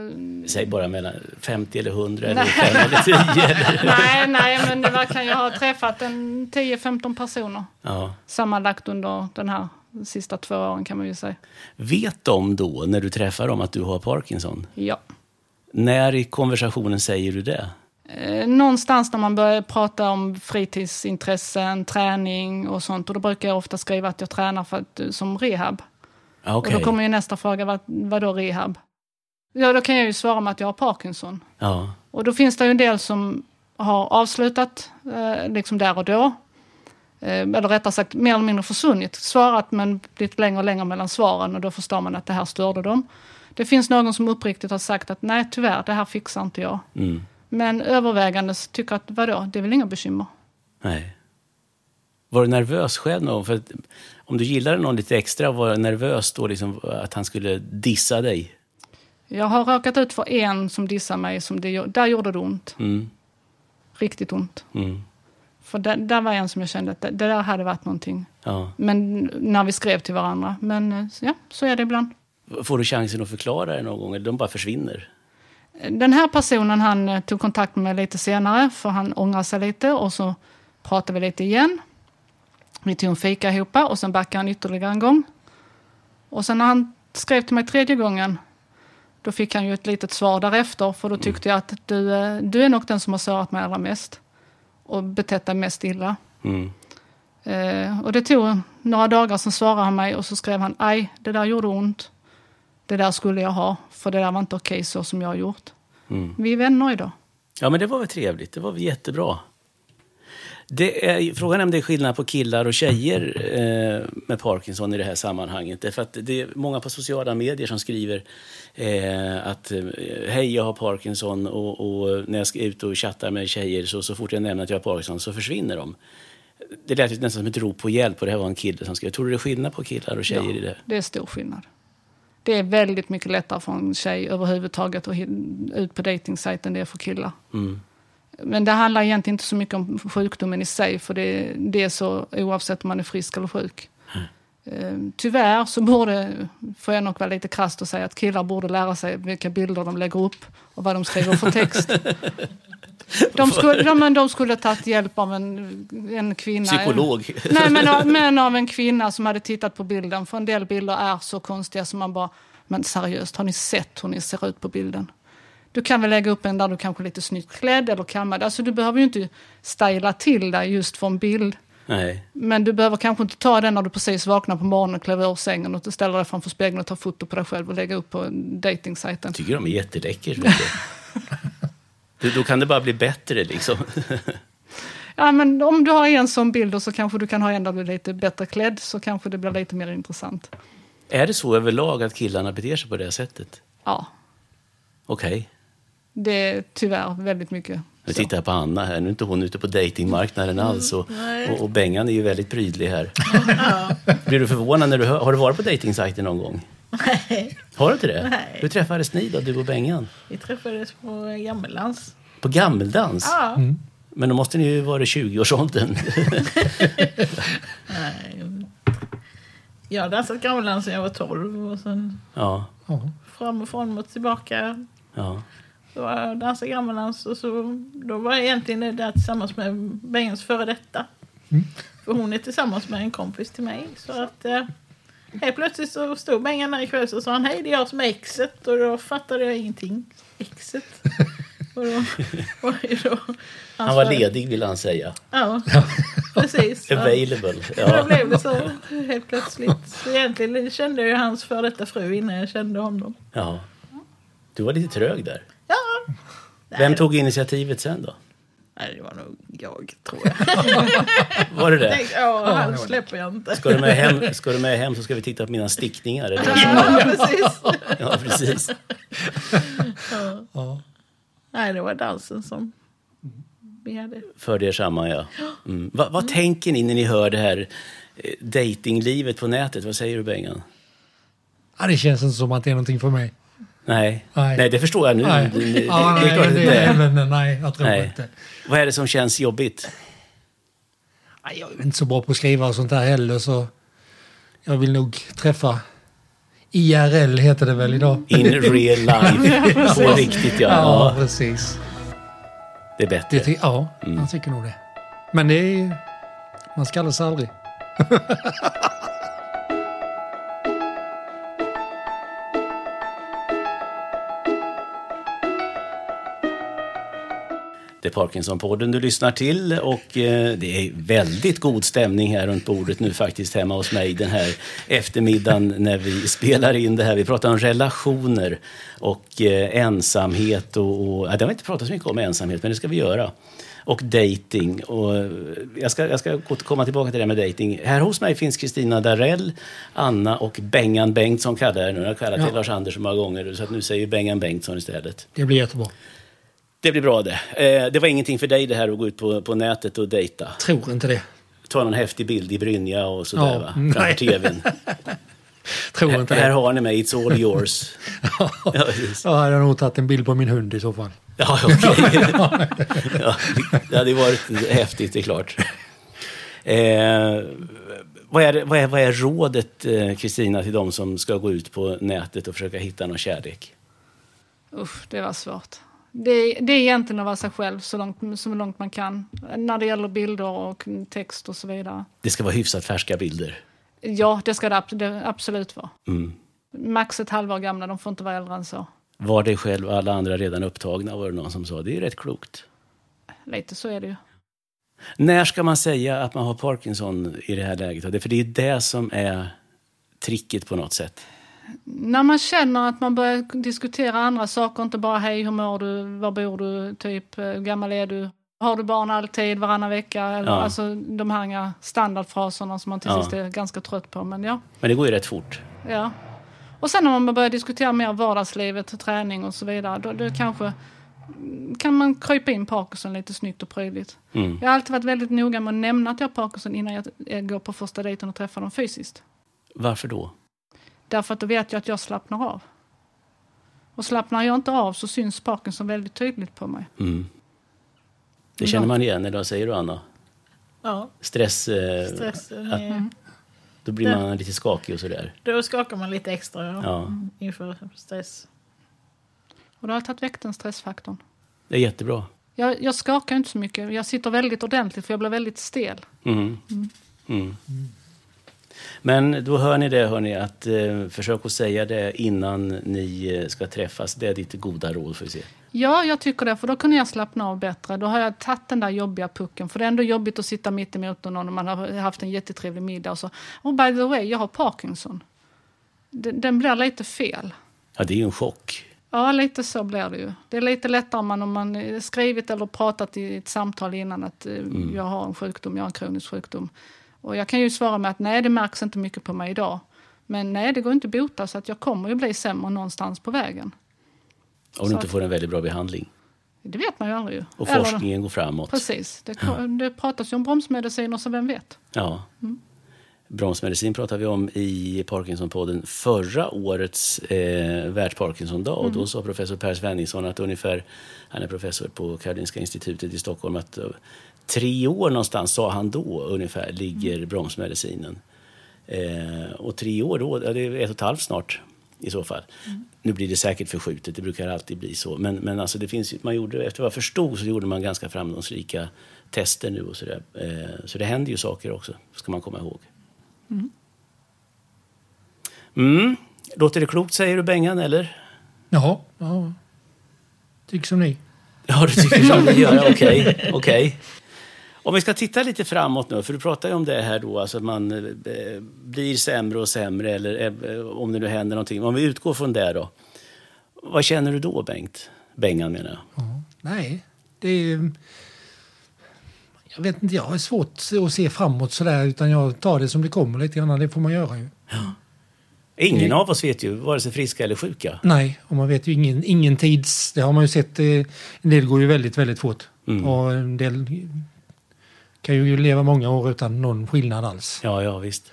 S1: Säg bara mellan 50 eller 100 eller 5 eller 10 eller?
S4: nej, nej, men det verkar jag ha träffat en 10-15 personer.
S1: Ja.
S4: sammanlagt under den här sista två åren kan man ju säga.
S1: Vet de då, när du träffar dem, att du har Parkinson?
S4: Ja.
S1: När i konversationen säger du det?
S4: eh, någonstans när man börjar prata om fritidsintressen, träning och sånt. Och då brukar jag ofta skriva att jag tränar för att, eh, som rehab.
S1: Ah, Okej.
S4: Och då kommer ju nästa fråga, vad, vad då rehab? Ja, då kan jag ju svara med att jag har Parkinson.
S1: Ja.
S4: Och då finns det ju en del som har avslutat, eh, liksom där och då. Eh, eller rättare sagt mer eller mindre försvunnit. Svarat men blivit längre och längre mellan svaren och då förstår man att det här störde dem. Det finns någon som uppriktigt har sagt att nej tyvärr, det här fixar inte jag.
S1: Mm.
S4: Men övervägande så tycker jag att vadå, det är väl inga bekymmer.
S1: Nej. Var du nervös själv någon gång? För att, om du gillade någon lite extra, var du nervös då liksom, att han skulle dissa dig?
S4: Jag har råkat ut för en som dissar mig, som det, gör- där gjorde det ont.
S1: Mm.
S4: Riktigt ont.
S1: Mm.
S4: För där, där var en som jag kände att det, det där hade varit någonting.
S1: Ja.
S4: Men när vi skrev till varandra. Men eh, ja, så är det ibland.
S1: Får du chansen att förklara det någon gång? Eller de bara försvinner?
S4: Den här personen han eh, tog kontakt med mig lite senare för han ångrar sig lite och så pratade vi lite igen. Vi tog en fika ihop och sen backade han ytterligare en gång. Och sen när han skrev till mig tredje gången då fick han ju ett litet svar därefter för då tyckte jag att du, eh, du är nog den som har sårat mig allra mest och betett dig mest illa.
S1: Mm.
S4: Eh, och det tog några dagar, sen svarade han mig och så skrev han aj, det där gjorde ont. Det där skulle jag ha, för det där var inte okej så som jag har gjort.
S1: Mm.
S4: Vi är vänner idag.
S1: Ja, men det var väl trevligt. Det var väl jättebra. Det är, frågan är om det är skillnad på killar och tjejer eh, med Parkinson i det här sammanhanget. Därför att det är många på sociala medier som skriver eh, att eh, hej, jag har Parkinson och, och när jag ska ut och chattar med tjejer så, så fort jag nämner att jag har Parkinson så försvinner de. Det lät ju nästan som ett rop på hjälp och det här var en kille som skrev. Tror du det är skillnad på killar och tjejer i det?
S4: Det är stor skillnad. Det är väldigt mycket lättare för en tjej överhuvudtaget att hin- ut på dejtingsajten än det är för killar.
S1: Mm.
S4: Men det handlar egentligen inte så mycket om sjukdomen i sig, för det, det är så oavsett om man är frisk eller sjuk.
S1: Mm.
S4: Eh, Tyvärr så borde, får jag nog vara lite krasst och säga att killar borde lära sig vilka bilder de lägger upp och vad de skriver för text. De skulle, de, men de skulle ha tagit hjälp av en, en kvinna.
S1: Psykolog.
S4: Nej, men av, men av en kvinna som hade tittat på bilden. För en del bilder är så konstiga som man bara, men seriöst, har ni sett hur ni ser ut på bilden? Du kan väl lägga upp en där du kanske är lite snyggt klädd eller kammad. Alltså du behöver ju inte styla till dig just för en bild.
S1: Nej.
S4: Men du behöver kanske inte ta den när du precis vaknar på morgonen, kliver ur sängen och ställer dig framför spegeln och tar foto på dig själv och lägga upp på dejtingsajten.
S1: tycker de är jätteläckert. vet du. Då kan det bara bli bättre liksom.
S4: Ja, men om du har en sån bild och så kanske du kan ha en där du är lite bättre klädd så kanske det blir lite mer intressant.
S1: Är det så överlag att killarna beter sig på det här sättet?
S4: Ja,
S1: Okej.
S4: det är tyvärr väldigt mycket.
S1: Nu
S4: så.
S1: tittar jag på Anna här. Nu är inte hon ute på datingmarknaden
S2: Mm,
S1: alls. Och, och, och Bengan är ju väldigt prydlig här. Blir du förvånad när du hör... Har du varit på datingsajter någon gång?
S2: Nej,
S1: Har du inte det?
S2: Nej.
S1: Hur träffades ni då, du och Bengan?
S2: vi träffades på Gammelands.
S1: På gammeldans?
S2: Ja.
S1: Men då måste ni ju vara i 20-årsåldern.
S2: Nej. Ah. Eh, Jag har dansat Gammelands sedan jag var 12 och sen
S1: ja.
S3: Ja.
S2: fram och fram och tillbaka.
S1: ja.
S2: Då var jag och dansade Gammelands och så då var jag egentligen där tillsammans med Bengens före detta. För hon är tillsammans med en kompis till mig. Så att eh, helt plötsligt så stod Bengen där i kväll och sa han hej det är jag som är exet och då fattade jag ingenting. Exet. Och då var ju då
S1: Han var ledig vill han säga.
S2: Ja, precis. Ja.
S1: Available.
S2: Och då
S1: Ja.
S2: blev det så helt plötsligt. Så egentligen kände jag ju hans före detta fru innan jag kände honom.
S1: ja. Du var lite trög där.
S2: Ja.
S1: Vem tog initiativet sen då?
S2: Nej, det var nog jag, tror jag.
S1: Var det det?
S2: Tänk, åh, han släpper jag inte.
S1: Ska du, med hem, ska du med hem så ska vi titta på mina stickningar. Eller?
S2: Ja, precis.
S1: Ja, precis.
S3: Ja.
S2: Nej, det var dansen som vi hade.
S1: För er samman, ja. Mm. Va, vad tänker ni när ni hör det här eh, datinglivet på nätet? Vad säger du, Bengan?
S3: Ja, det känns inte som att det är någonting för mig.
S1: Nej.
S3: Nej.
S1: nej, det förstår jag nu.
S3: Nej,
S1: Mm, Det, det, det,
S3: ja,
S1: det är klart att
S3: nej,
S1: det inte
S3: det,
S1: är.
S3: men, men, nej, jag tror
S1: Nej.
S3: inte.
S1: Vad är det som känns jobbigt?
S3: Nej, jag är inte så bra på att skriva och sånt där heller så jag vill nog träffa IRL heter det väl idag?
S1: In real life. På riktigt, ja.
S3: Ja,
S1: ja.
S3: precis.
S1: Det är
S3: Det,
S1: bättre.
S3: ty- ja,
S1: Mm.
S3: jag tycker nog det. Men det är ju- man ska alldeles aldrig.
S1: Det är Parkinson-podden du lyssnar till och eh, det är väldigt god stämning här runt bordet nu faktiskt hemma hos mig den här eftermiddagen när vi spelar in det här. Vi pratar om relationer och eh, ensamhet och, och ja, det har vi inte pratat så mycket om ensamhet men det ska vi göra. Och dating. Och eh, jag, ska, jag ska gå- komma tillbaka till det här med dating. Här hos mig finns Kristina Darell, Anna och Bengan Bengtsson kallar jag er nu. Jag har kallat till
S3: Ja.
S1: Lars Andersson många gånger så att nu säger Bengan Bengtsson istället.
S3: Det blir jättebra.
S1: Det blir bra det. Eh, det var ingenting för dig det här att gå ut på, på nätet och dejta.
S3: Tror inte det.
S1: Ta någon häftig bild i Brynja och sådär
S3: Ja, mm.
S1: va? Framför
S3: nej.
S1: tvn.
S3: Tror inte
S1: Här
S3: det.
S1: har ni mig, it's all yours.
S3: Ja, jag hade nog tagit en bild på min hund i så fall.
S1: Ja, okej. ja, det hade ju varit häftigt, det är klart. Eh, vad, är, vad, är, vad är rådet, eh, Kristina, till de som ska gå ut på nätet och försöka hitta någon kärlek?
S4: Usch, det var svårt. Det, det är egentligen att vara sig själv så långt, så långt man kan. När det gäller bilder och text och så vidare.
S1: Det ska vara hyfsat färska bilder.
S4: Ja, det ska det, ab- det absolut vara.
S1: Mm.
S4: Max ett halvår gamla, de får inte vara äldre än så.
S1: Var dig själv och alla andra redan upptagna, var det någon som sa. Det är ju rätt klokt.
S4: Lite så är det ju.
S1: När ska man säga att man har Parkinson i det här läget? då? Det- För det är ju det som är tricket på något sätt.
S4: När man känner att man börjar diskutera andra saker, inte bara hej, hur mår du, var bor du, typ, eh, hur gammal är du, har du barn alltid, varannan vecka, eller,
S1: Ja.
S4: alltså de här inga standardfraserna som man till
S1: Ja.
S4: sist är ganska trött på, men ja.
S1: Men det går ju rätt fort.
S4: Ja. Och sen när man börjar diskutera mer vardagslivet, träning och så vidare, då, då kanske kan man krypa in Parkinson lite snyggt och prydligt.
S1: Mm.
S4: Jag har alltid varit väldigt noga med att nämna att jag har Parkinson innan jag eh, går på första dejten och träffar dem fysiskt.
S1: Varför då?
S4: Därför att då vet jag att jag slappnar av. Och slappnar jag inte av så syns Parkinson väldigt tydligt på mig.
S1: Mm. Det känner man igen, eller vad säger du Anna?
S2: Ja,
S1: Stress, eh,
S2: stressen är...
S1: då blir man lite skakig och sådär.
S2: Då skakar man lite extra ja,
S1: Ja.
S2: inför stress.
S4: Och då har jag tagit väck den stressfaktorn.
S1: Det är jättebra.
S4: Jag, jag skakar inte så mycket, jag sitter väldigt ordentligt för jag blir väldigt stel.
S1: Mm. Mm. Men då hör ni det, hörni, att eh, försök att säga det innan ni eh, ska träffas. Det är ditt goda råd, får vi se.
S4: Ja, jag tycker det, för då kunde jag slappna av bättre. Då har jag tagit den där jobbiga pucken, för det är ändå jobbigt att sitta mitt emot någon och man har haft en jättetrevlig middag och så. Och by the way, jag har Parkinson. Den, den blir lite fel.
S1: Ja, det är ju en chock.
S4: Ja, lite så blir det ju. Det är lite lättare om man, om man eh, skrivit eller pratat i ett samtal innan att eh, jag har en sjukdom, jag har en kronisk sjukdom. Och jag kan ju svara med att nej, det märks inte mycket på mig idag. Men nej, det går inte att bota, så att jag kommer ju bli sämre någonstans på vägen.
S1: Om du
S4: Så
S1: inte
S4: att-
S1: får en väldigt bra behandling.
S4: Det vet man ju aldrig. ju.
S1: Och
S4: Eller-
S1: forskningen går framåt.
S4: Precis. Det, det pratas ju om bromsmediciner, så vem vet?
S1: Ja. Bromsmedicin pratade vi om i Parkinsonpodden förra årets eh, världsparkinsondag. Och då sa professor Per Svenningsson att ungefär, han är professor på Karolinska institutet i Stockholm, att eh, tre år någonstans, sa han då, ungefär ligger bromsmedicinen. Eh, och tre år då, ja, det är ett och ett halvt snart i så fall. Nu blir det säkert förskjutet, det brukar alltid bli så. Men, men alltså det finns, ju- man gjorde, efter vad jag förstod så gjorde man ganska framgångsrika tester nu och sådär. Eh, så det händer ju saker också, ska man komma ihåg. Mm. Låter det klokt säger du Bengan, eller?
S3: Jaha, ja. Tycker som ni.
S1: Ja, du tycker som vi gör. Okej, okej. Om vi ska titta lite framåt nu, för du pratar ju om det här då, alltså att man eh, blir sämre och sämre, eller eh, om det nu händer någonting. Om vi utgår från det då. Vad känner du då, Bengt? Bengan menar jag.
S3: Ja, nej, det är... Jag vet inte, jag har svårt att se framåt sådär utan jag tar det som det kommer lite grann. Det får man göra ju.
S1: Ingen av oss vet ju, vare sig friska eller sjuka.
S3: Nej, och man vet ju ingen, ingen tids... Det har man ju sett. eh, En del går ju väldigt, väldigt fort.
S1: Mm.
S3: Och en del kan ju leva många år utan någon skillnad alls.
S1: Ja, ja, visst.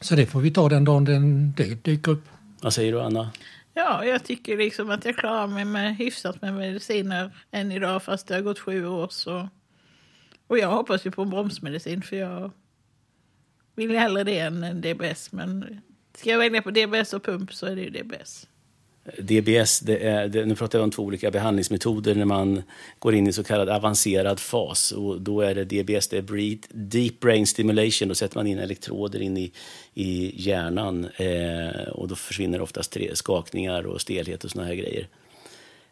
S3: Så det får vi ta den dagen den, det dyker upp.
S1: Vad säger du, Anna?
S2: Ja, jag tycker liksom att jag klarar mig med hyfsat med mediciner än idag fast det har gått sju år. Så. Och jag hoppas ju på en bromsmedicin för jag vill ju hellre det än en DBS. Men ska jag välja på DBS och pump så är det ju DBS.
S1: DBS, det är, det, nu pratar jag om två olika behandlingsmetoder när man går in i så kallad avancerad fas. Och då är det DBS, det är breed, Deep Brain Stimulation. Då sätter man in elektroder in i, i hjärnan eh, och då försvinner oftast tre- skakningar och stelhet och såna här grejer.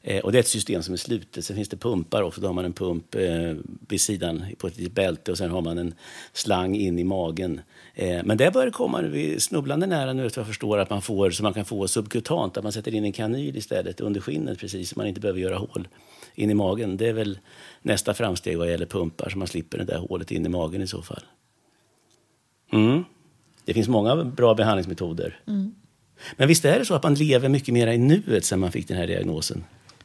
S1: Eh, och det är ett system som är slutet. Sen finns det pumpar också. Då har man en pump eh, vid sidan på ett litet bälte och sen har man en slang in i magen. Eh, men det börjar komma nu i snubblande nära nu att jag förstår att man får, så man kan få subkutant, att man sätter in en kanyl istället under skinnet precis, så man inte behöver göra hål in i magen. Det är väl nästa framsteg vad gäller pumpar, så man slipper det där hålet in i magen i så fall. Mm. Det finns många bra behandlingsmetoder. Men visst är det så att man lever mycket mer i nuet sen man fick den här diagnosen?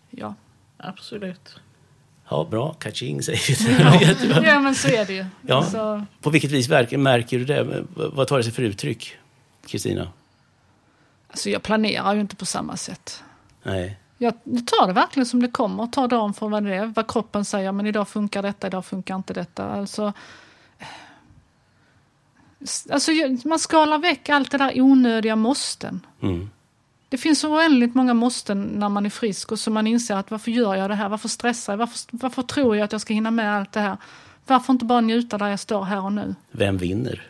S4: Ja.
S2: Absolut.
S1: Ja, bra. Kaching säger vi. till dig.
S4: ja, men så är det ju.
S1: Ja.
S4: Så,
S1: På vilket vis verkar, märker du det? Vad tar det sig för uttryck, Kristina?
S4: alltså jag planerar ju inte på samma sätt.
S1: Nej.
S4: Jag jag tar det verkligen som det kommer, tar dagen för vad det är, vad kroppen säger, men idag funkar detta, idag funkar inte detta. Alltså, S- alltså jag- man skalar väck allt det där onödiga måsten.
S1: Mm.
S4: Det finns så oändligt många måsten när man är frisk och så man inser att varför gör jag det här, varför stressar jag, varför, varför tror jag att jag ska hinna med allt det här? Varför inte bara njuta där jag står här och nu?
S1: Vem vinner?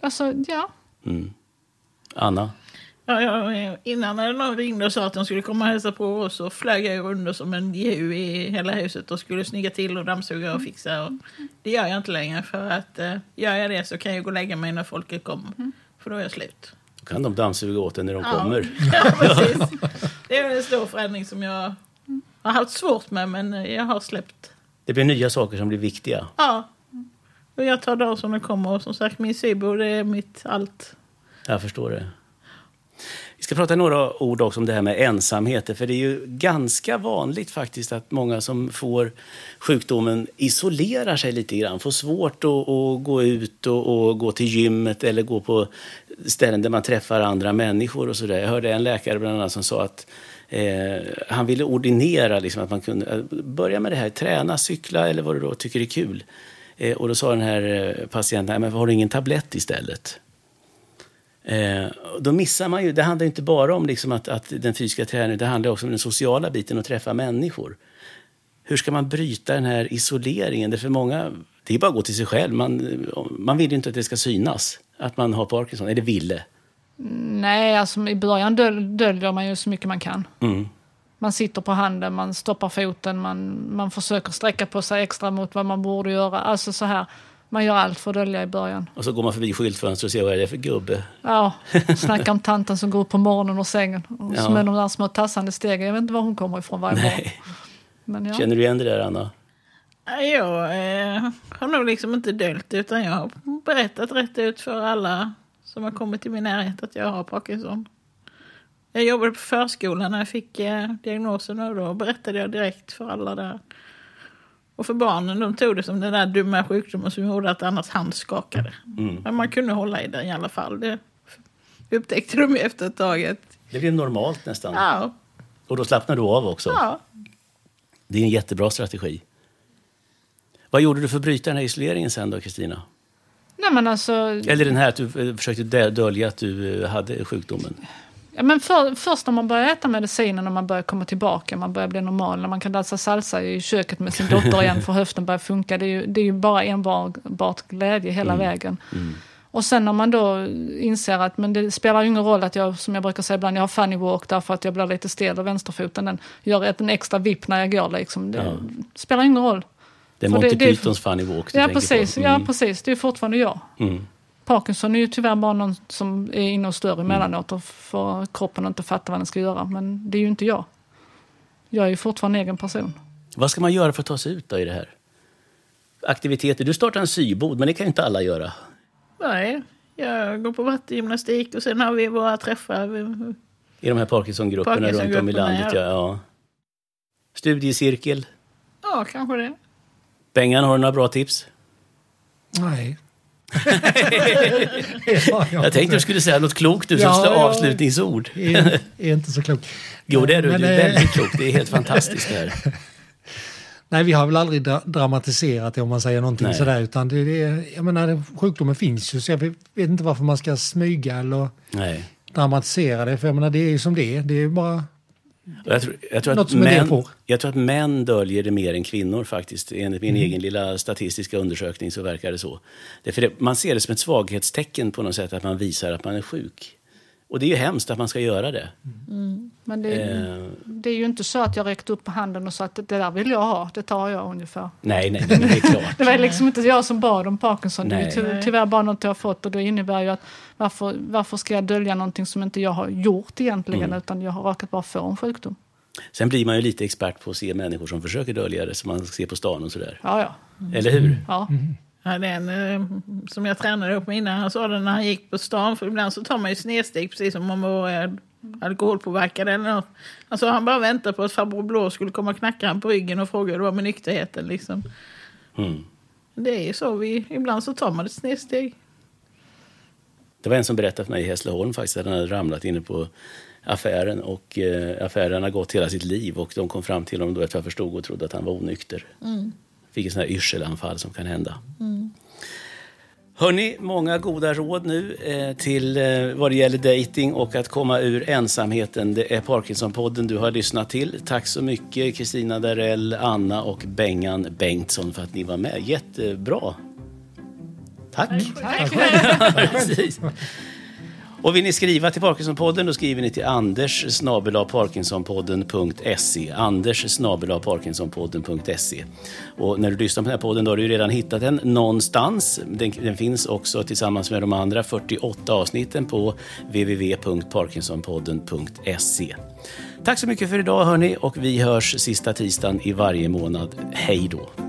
S4: Alltså, ja.
S1: Mm. Anna?
S2: Ja, ja, innan när någon ringde och sa att de skulle komma och hälsa på oss så flög jag ju under som en geu i hela huset och skulle snygga till och dammsuga och fixa. Och det gör jag inte längre för att eh, gör jag det så kan jag gå och lägga mig när folket kommer. För då är jag slut.
S1: Då kan de dammsuga åt en när de
S2: Ja.
S1: kommer.
S2: Ja, precis. Det är en stor förändring som jag har haft svårt med men eh, jag har släppt.
S1: Det blir nya saker som blir viktiga.
S2: Ja. Och jag tar dagen som den kommer och som sagt min sybo det är mitt allt.
S1: Jag förstår det. Vi ska prata några ord också om det här med ensamhet. För det är ju ganska vanligt faktiskt att många som får sjukdomen isolerar sig lite grann. Får svårt att, att gå ut och, och gå till gymmet eller gå på ställen där man träffar andra människor och sådär. Jag hörde en läkare bland annat som sa att Eh, han ville ordinera liksom, att man kunde eh, börja med det här, träna, cykla eller vad du då tycker är kul. Eh, och då sa den här eh, patienten, "Nej, men har du ingen tablett istället? Eh, och då missar man ju, det handlar ju inte bara om liksom att, att den fysiska träningen, det handlar också om den sociala biten, att träffa människor. Hur ska man bryta den här isoleringen? Det är för många, det är bara att gå till sig själv. Man, man vill ju inte att det ska synas att man har Parkinson, eller ville.
S4: Nej, alltså i början döl- döljer man ju så mycket man kan.
S1: Mm.
S4: Man sitter på handen, man stoppar foten, man, man försöker sträcka på sig extra mot vad man borde göra. Alltså så här, man gör allt för att dölja i början.
S1: Och så går man förbi skyltfönstret och ser vad är det är för gubbe.
S4: Ja, snackar om tanten som går upp på morgonen och sängen. Och
S1: Ja.
S4: som med de där små tassande stegen. Jag vet inte var hon kommer ifrån varje morgon.
S1: Nej.
S4: Men ja.
S1: Känner du igen det där, Anna?
S2: Ja, Jag eh, har nog liksom inte döljt det, utan jag har berättat rätt ut för alla som har kommit i min närhet att jag har Parkinson. Jag jobbade på förskolan när jag fick eh, diagnosen och då berättade jag direkt för alla där. Och för barnen, de tog det som den där dumma sjukdomen som gjorde att annars hand skakade. Men man kunde hålla i den i alla fall. Det upptäckte de ju efter ett tag. att,
S1: Det blir normalt nästan.
S2: Ja,
S1: Och då slappnar du av också.
S2: ja.
S1: Det är en jättebra strategi. Vad gjorde du för att bryta den här isoleringen sen då, Kristina?
S4: Nej men alltså,
S1: Eller den här att du eh, försökte dö- dölja att du eh, hade sjukdomen.
S4: Ja, men för, först när man börjar äta medicinen, när man börjar komma tillbaka, man börjar bli normal, när man kan dansa salsa i köket med sin dotter igen för höften börjar funka, det är ju, det är ju bara enbart glädje hela vägen. Och sen när man då inser att men det spelar ju ingen roll att jag, som jag brukar säga ibland, jag har funny walk därför att jag blir lite stel och vänsterfoten den gör ett, en extra vipp när jag går liksom. Det spelar ingen roll.
S1: Det är
S4: För
S1: Monty
S4: det- det är-
S1: Pythons Funny Walk du
S4: Ja
S1: tänker
S4: precis,
S1: på.
S4: ja precis, det är fortfarande jag.
S1: Mm.
S4: Parkinson är ju tyvärr bara någon som är inne och stör emellanåt och får kroppen att inte fatta vad den ska göra. Men det är ju inte jag. Jag är ju fortfarande en egen person.
S1: Vad ska man göra för att ta sig ut då i det här? Aktiviteter. Du startar en sybod, men det kan ju inte alla göra.
S2: Nej, jag går på vattengymnastik och sen har vi våra träffar. Vi-
S1: I de här Parkinsongrupperna runt om i
S2: Parkinsongrupperna,
S1: landet. Ja.
S2: ja.
S1: Ja. Studiecirkel.
S2: Ja, kanske det.
S1: Bengan, har du några bra tips?
S3: Nej. ja,
S1: Jag tänkte du skulle säga något klokt nu,
S3: Ja,
S1: som
S3: ja.
S1: avslutningsord.
S3: är, är inte så klok.
S1: Jo, det är du.
S3: Men,
S1: du är
S3: eh,
S1: väldigt klok. Det är helt fantastiskt det här.
S3: Nej, vi har väl aldrig dra- dramatiserat det om man säger någonting
S1: Nej.
S3: sådär. Utan det, det, är- jag menar, sjukdomen finns ju så jag vet vet inte varför man ska smyga eller
S1: Nej.
S3: dramatisera det. För jag menar, det är ju som det är. Det är ju bara...
S1: Och Jag tror, jag, tror
S3: Något
S1: att
S3: som en del
S1: män,
S3: får.
S1: jag tror att män döljer det mer än kvinnor faktiskt. Enligt
S3: Mm.
S1: min egen lilla statistiska undersökning så verkar det så. Det är för det, man ser det som ett svaghetstecken på något sätt att man visar att man är sjuk. Och det är ju hemskt att man ska göra det.
S4: Men det,
S3: Mm.
S1: Eh,
S4: det är ju inte så att jag räckte upp handen och sa att det där vill jag ha, det tar jag ungefär.
S1: nej, nej, nej, men det är klart.
S4: Det var liksom inte jag som bad om Parkinson, det är ju
S1: Nej.
S4: ty-
S2: Nej.
S4: tyvärr bara något jag har fått och det innebär ju att varför, varför ska jag dölja någonting som inte jag har gjort egentligen
S1: Mm.
S4: utan jag har råkat bara få en sjukdom.
S1: Sen blir man ju lite expert på att se människor som försöker dölja det, som man ser på stan och sådär.
S4: Ja, ja.
S3: Mm.
S1: Eller hur?
S4: ja.
S2: Ja, den eh, som jag tränade upp med innan, han sa det när han gick på stan, för ibland så tar man ju snedsteg precis som om man vore eh, alkoholpåverkad eller något. Han sa han bara väntade på att farbror Blå skulle komma och knacka han på ryggen och fråga hur det var med nykterheten liksom.
S1: Mm.
S2: Det är ju så, vi, ibland så tar man ett snedsteg.
S1: Det var en som berättade för mig i Hässleholm faktiskt att han hade ramlat inne på affären och eh, affären har gått hela sitt liv och de kom fram till honom då efter jag förstod och trodde att han var onykter. Fick en sån här yrselanfall som kan hända. Hörni, många goda råd nu eh, till eh, vad det gäller dating och att komma ur ensamheten. Det är Parkinsonpodden du har lyssnat till. Tack så mycket Kristina Darell, Anna och Bengan Bengtsson för att ni var med. Jättebra. Tack. Precis. Och vill ni skriva till Parkinsonpodden då skriver ni till Anders snabel-a parkinsonpodden.se E. Anders snabel-a parkinsonpodden.se E. Och när du lyssnar på den här podden då har du ju redan hittat den någonstans. Den, den finns också tillsammans med de andra 48 avsnitten på www.parkinsonpodden.se Tack så mycket för idag hörni och vi hörs sista tisdagen i varje månad. Hej då!